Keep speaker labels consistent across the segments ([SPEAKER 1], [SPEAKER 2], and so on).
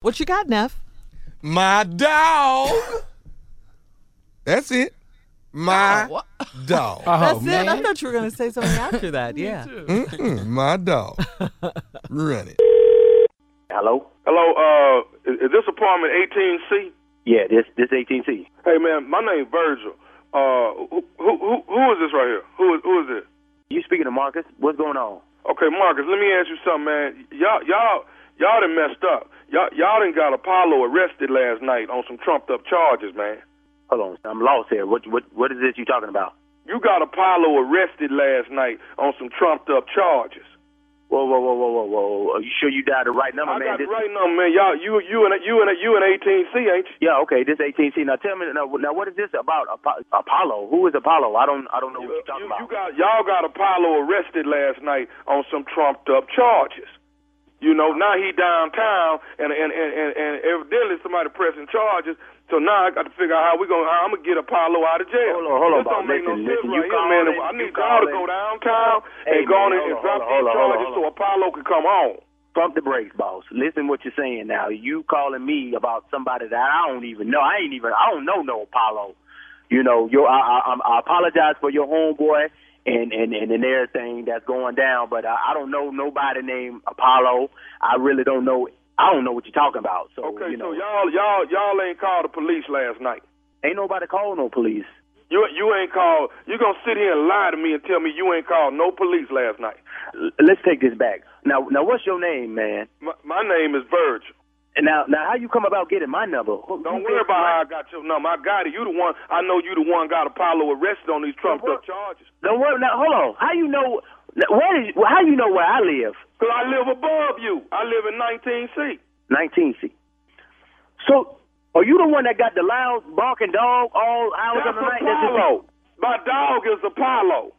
[SPEAKER 1] What you got, Neff?
[SPEAKER 2] My dog. That's it. My
[SPEAKER 1] what?
[SPEAKER 2] dog.
[SPEAKER 1] That's
[SPEAKER 3] Oh,
[SPEAKER 1] it.
[SPEAKER 3] man.
[SPEAKER 1] I thought you were going to say something after that. Yeah.
[SPEAKER 2] Mm, my dog. Run it.
[SPEAKER 4] Hello?
[SPEAKER 5] Hello, uh, is, is this apartment 18C?
[SPEAKER 4] Yeah, this this AT&T.
[SPEAKER 5] Hey, man, my name's Virgil. Uh, who, who, who, who is this right here? Who is, who is this?
[SPEAKER 4] You speaking to Marcus? What's going on?
[SPEAKER 5] Okay, Marcus, let me ask you something, man. Y'all, y'all, y'all done messed up. Y'all, y'all done got Apollo arrested last night on some trumped up charges, man.
[SPEAKER 4] Hold on, I'm lost here. What what what is this you talking about?
[SPEAKER 5] You got Apollo arrested last night on some trumped up charges.
[SPEAKER 4] Whoa, whoa, whoa, whoa, whoa, whoa! Are you sure you dialed the right number,
[SPEAKER 5] I
[SPEAKER 4] man?
[SPEAKER 5] got
[SPEAKER 4] This-
[SPEAKER 5] the right number, man. Y'all, you, you and you and you and 18C, ain't you?
[SPEAKER 4] Yeah, okay. This AT&T. Now tell me, now, now what is this about Apo- Apollo? Who is Apollo? I don't I don't know what you're talking
[SPEAKER 5] you,
[SPEAKER 4] about.
[SPEAKER 5] you got y'all got Apollo arrested last night on some trumped up charges. You know, now he downtown and and and and, and evidently somebody pressing charges. So now I got to figure out how we gonna how I'm gonna get Apollo out of jail.
[SPEAKER 4] Hold on, hold on,
[SPEAKER 5] This don't
[SPEAKER 4] Bob.
[SPEAKER 5] make no
[SPEAKER 4] Listen,
[SPEAKER 5] sense
[SPEAKER 4] listen, you
[SPEAKER 5] right here, man.
[SPEAKER 4] calling-
[SPEAKER 5] I
[SPEAKER 4] you
[SPEAKER 5] need y'all to
[SPEAKER 4] calling-
[SPEAKER 5] go downtown
[SPEAKER 4] Hey,
[SPEAKER 5] and go on
[SPEAKER 4] man,
[SPEAKER 5] and and
[SPEAKER 4] hold on, hold
[SPEAKER 5] drop these
[SPEAKER 4] on, hold on,
[SPEAKER 5] charges
[SPEAKER 4] hold
[SPEAKER 5] so
[SPEAKER 4] on.
[SPEAKER 5] Apollo can come home.
[SPEAKER 4] Pump the brakes, boss. Listen what you're saying now. You calling me about somebody that I don't even know. I ain't even I don't know no Apollo. You know, your I I, I apologize for your homeboy and and and, and everything that's going down, but I, I don't know nobody named Apollo. I really don't know. I don't know what you're talking about. So
[SPEAKER 5] Okay,
[SPEAKER 4] you know,
[SPEAKER 5] so y'all y'all y'all ain't called the police last night.
[SPEAKER 4] ain't nobody calling no police.
[SPEAKER 5] You you ain't called. You gonna sit here and lie to me and tell me you ain't called no police last night.
[SPEAKER 4] L- let's take this back. Now, now, what's your name, man?
[SPEAKER 5] My, my name is Virgil.
[SPEAKER 4] And now, now, how you come about getting my number? Who- who
[SPEAKER 5] Don't worry
[SPEAKER 4] said-
[SPEAKER 5] about how I got your number. I got it. You the one. I know you the one got Apollo arrested on these trumped up charges.
[SPEAKER 4] Don't worry. Now, hold on. How you know? now, Where did? How you know where I live?
[SPEAKER 5] Cause I live above you. I live in 19C.
[SPEAKER 4] 19C. So, are you the one that got the loud barking dog all hours
[SPEAKER 5] That's
[SPEAKER 4] of the night?
[SPEAKER 5] Apollo. My dog is Apollo.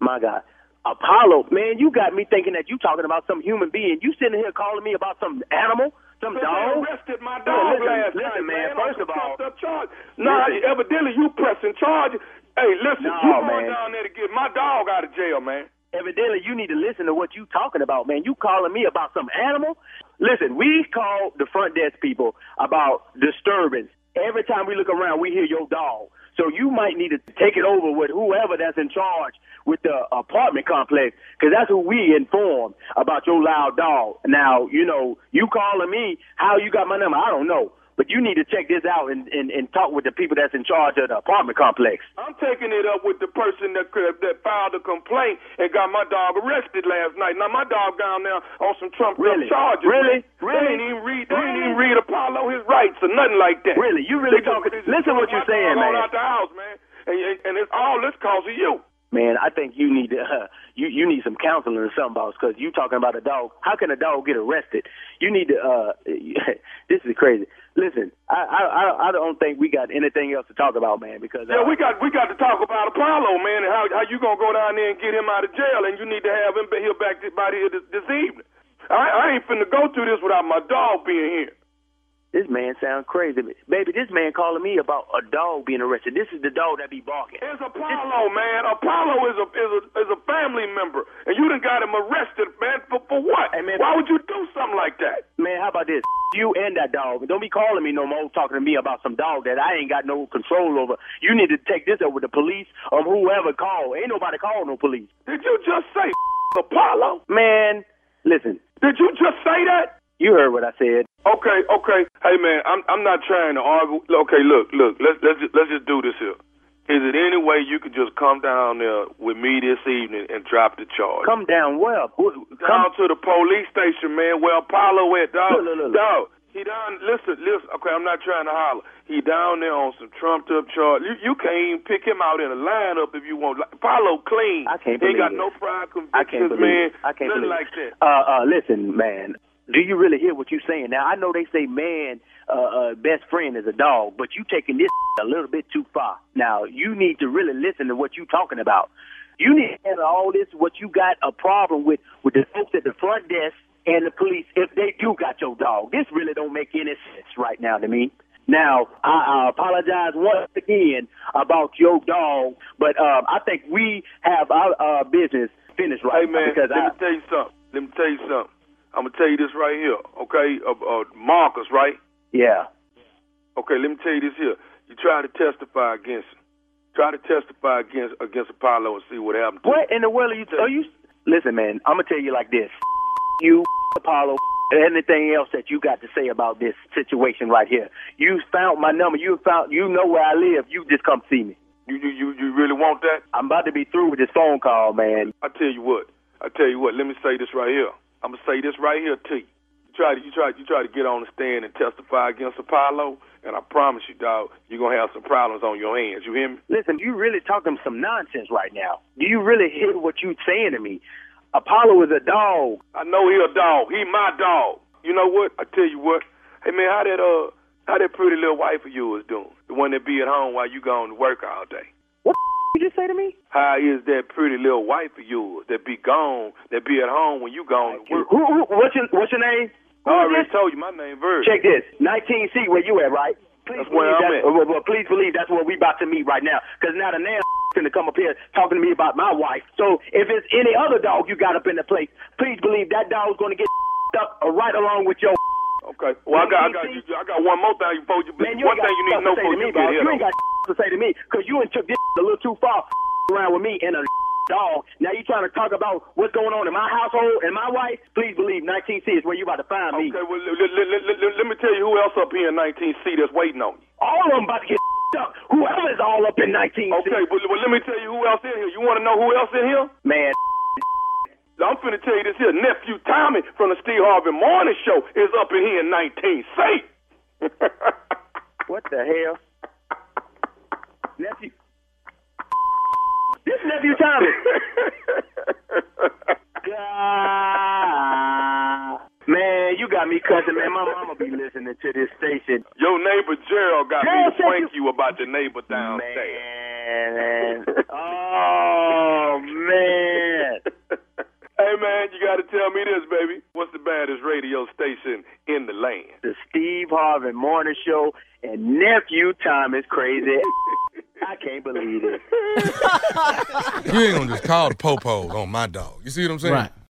[SPEAKER 4] My God. Apollo, man, you got me thinking that you talking about some human being. You sitting here calling me about some animal, some
[SPEAKER 5] They
[SPEAKER 4] dog.
[SPEAKER 5] arrested my
[SPEAKER 4] No,
[SPEAKER 5] dog
[SPEAKER 4] listen,
[SPEAKER 5] last
[SPEAKER 4] listen,
[SPEAKER 5] night,
[SPEAKER 4] man,
[SPEAKER 5] on
[SPEAKER 4] first
[SPEAKER 5] some
[SPEAKER 4] of all-
[SPEAKER 5] trumped up charge. Nah,
[SPEAKER 4] Listen.
[SPEAKER 5] evidently you pressing charges. Hey, listen,
[SPEAKER 4] No,
[SPEAKER 5] you going
[SPEAKER 4] man.
[SPEAKER 5] down there to get my dog out of jail, man.
[SPEAKER 4] Evidently, you need to listen to what you talking about, man. You calling me about some animal? Listen, we call the front desk people about disturbance. Every time we look around, we hear your dog. So you might need to take it over with whoever that's in charge with the apartment complex, because that's who we inform about your loud dog. Now, you know, you calling me, how you got my number, I don't know. But you need to check this out and, and, and talk with the people that's in charge of the apartment complex.
[SPEAKER 5] I'm taking it up with the person that could- that filed the complaint and got my dog arrested last night. Now my dog down there on some trumped
[SPEAKER 4] Really?
[SPEAKER 5] up charges.
[SPEAKER 4] Really?
[SPEAKER 5] They
[SPEAKER 4] Really?
[SPEAKER 5] ain't even read. They ain't
[SPEAKER 4] Really?
[SPEAKER 5] even read Apollo his rights or nothing like that.
[SPEAKER 4] Really? You really
[SPEAKER 5] They just-
[SPEAKER 4] talking-
[SPEAKER 5] they just
[SPEAKER 4] listen what
[SPEAKER 5] took
[SPEAKER 4] you're
[SPEAKER 5] my
[SPEAKER 4] saying,
[SPEAKER 5] dog on
[SPEAKER 4] man.
[SPEAKER 5] Out the house, man. And, and, and it's all this cause of you.
[SPEAKER 4] Man, I think you need to, uh, you you need some counseling or something, boss. Because you talking about a dog. How can a dog get arrested? You need to. uh This is crazy. Listen, I I I- I don't think we got anything else to talk about, man. Because uh,
[SPEAKER 5] Yeah, we got we got to talk about Apollo, man, and how how you gonna go down there and get him out of jail, and you need to have him be- here back th- by here this, this evening. I, I ain't finna go through this without my dog being here.
[SPEAKER 4] this man sounds crazy, baby. This man calling me about a dog being arrested. This is the dog that be barking.
[SPEAKER 5] It's Apollo, man. Apollo is a is a is a family member, and you done got him arrested, man. For for what?
[SPEAKER 4] Hey, man.
[SPEAKER 5] Why would you do something like that?
[SPEAKER 4] Man, how about this? You and that dog. Don't be calling me no more, talking to me about some dog that I ain't got no control over. You need to take this up with the police or whoever called. Ain't nobody called no police.
[SPEAKER 5] Did you just say Apollo?
[SPEAKER 4] Man, listen.
[SPEAKER 5] Did you just say that?
[SPEAKER 4] You heard what I said.
[SPEAKER 5] Okay, okay. Hey, man, I'm I'm not trying to argue. Okay, look, look. Let's let's just, let's just do this here. Is it any way you could just come down there with me this evening and drop the charge?
[SPEAKER 4] Come down well. Come
[SPEAKER 5] down to the police station, man. Where Apollo at,
[SPEAKER 4] Look, look,
[SPEAKER 5] dog?
[SPEAKER 4] look, look.
[SPEAKER 5] Dog, he down. Listen, listen. Okay, I'm not trying to holler. He down there on some trumped up charge. You, you can't even pick him out in a lineup if you want. Like, Apollo clean.
[SPEAKER 4] I can't
[SPEAKER 5] He
[SPEAKER 4] believe
[SPEAKER 5] ain't got
[SPEAKER 4] it.
[SPEAKER 5] no prior convictions,
[SPEAKER 4] I can't believe
[SPEAKER 5] man.
[SPEAKER 4] it. I can't
[SPEAKER 5] Nothing
[SPEAKER 4] believe
[SPEAKER 5] like
[SPEAKER 4] it.
[SPEAKER 5] that.
[SPEAKER 4] Uh, uh, listen, man. Do you really hear what you're saying? Now I know they say man, uh, uh, best friend is a dog, but you taking this a little bit too far. Now you need to really listen to what you're talking about. You need to handle all this. What you got a problem with with the folks at the front desk and the police if they do got your dog. This really don't make any sense right now to me. Now, I, I apologize once again about your dog, but um, I think we have our uh, business finished right
[SPEAKER 5] Hey
[SPEAKER 4] now
[SPEAKER 5] man,
[SPEAKER 4] because
[SPEAKER 5] let
[SPEAKER 4] I,
[SPEAKER 5] me tell you something. Let me tell you something. I'm gonna tell you this right here, okay? Uh, uh, Marcus, right?
[SPEAKER 4] Yeah.
[SPEAKER 5] Okay, let me tell you this here. You try to testify against him. Try to testify against against Apollo and see what happens. to
[SPEAKER 4] What in the world are you? Are you? Listen, man, I'm gonna tell you like this. You, Apollo, and anything else that you got to say about this situation right here. You found my number. You found. You know where I live. You just come see me.
[SPEAKER 5] You you you, you really want that?
[SPEAKER 4] I'm about to be through with this phone call, man.
[SPEAKER 5] I tell you what. I tell you what. Let me say this right here. I'm gonna say this right here to you. You try to you try you try to get on the stand and testify against Apollo, and I promise you, dog, you're gonna have some problems on your hands. You hear me?
[SPEAKER 4] Listen, you really talking some nonsense right now. Do you really hear what you saying to me? Apollo is a dog.
[SPEAKER 5] I know he a dog. He my dog. You know what? I tell you what. Hey man, how that uh how that pretty little wife of yours doing? The one that be at home while you gone to work all day.
[SPEAKER 4] What the you just say to me?
[SPEAKER 5] How is that pretty little wife of yours that be gone, that be at home when you gone to
[SPEAKER 4] Who,
[SPEAKER 5] work?
[SPEAKER 4] who, what's your What's your name? Uh, Who
[SPEAKER 5] I
[SPEAKER 4] is
[SPEAKER 5] already
[SPEAKER 4] this?
[SPEAKER 5] told you my name, Verb.
[SPEAKER 4] Check this. 19C, where you at, right? Please
[SPEAKER 5] That's where
[SPEAKER 4] believe
[SPEAKER 5] I'm
[SPEAKER 4] that's-
[SPEAKER 5] at.
[SPEAKER 4] Well, well, please believe that's where we about to meet right now. Because now the man going to come up here talking to me about my wife. So if it's any other dog you got up in the place, please believe that dog's going to get up right along with your.
[SPEAKER 5] Okay. Well, I got, I got you. I got one more thing before you.
[SPEAKER 4] Man, you
[SPEAKER 5] one
[SPEAKER 4] ain't got
[SPEAKER 5] thing you need to know
[SPEAKER 4] stuff to say to me, dog. You
[SPEAKER 5] before you get here.
[SPEAKER 4] ain't got to say to me because you ain't took this a little too far around with me and a dog. Now you trying to talk about what's going on in my household and my wife? Please believe 19C is where you about to find me.
[SPEAKER 5] Okay. Well, let, let, let, let, let me tell you who else up here in 19C that's waiting on you.
[SPEAKER 4] All of them about to get up. Whoever is all up in 19C.
[SPEAKER 5] Okay. Well, well, let me tell you who else in here. You want to know who else in here?
[SPEAKER 4] Man,
[SPEAKER 5] I'm finna tell you this here. Nephew Tommy from the Steve Harvey Morning Show is up in here in 19C.
[SPEAKER 4] what the hell? nephew. This nephew Tommy. God. Man, you got me cussing, man. My mama be listening to this station.
[SPEAKER 5] Your neighbor Gerald got
[SPEAKER 4] Gerald said
[SPEAKER 5] me to prank
[SPEAKER 4] you-
[SPEAKER 5] you about the neighbor downstairs.
[SPEAKER 4] Man. Oh, man.
[SPEAKER 5] hey man, you gotta tell me this, baby. What's the baddest radio station in the land?
[SPEAKER 4] The Steve Harvey Morning Show and nephew Tom is crazy. I can't believe it.
[SPEAKER 2] You ain't gonna just call the popos on my dog. You see what I'm saying?
[SPEAKER 3] Right.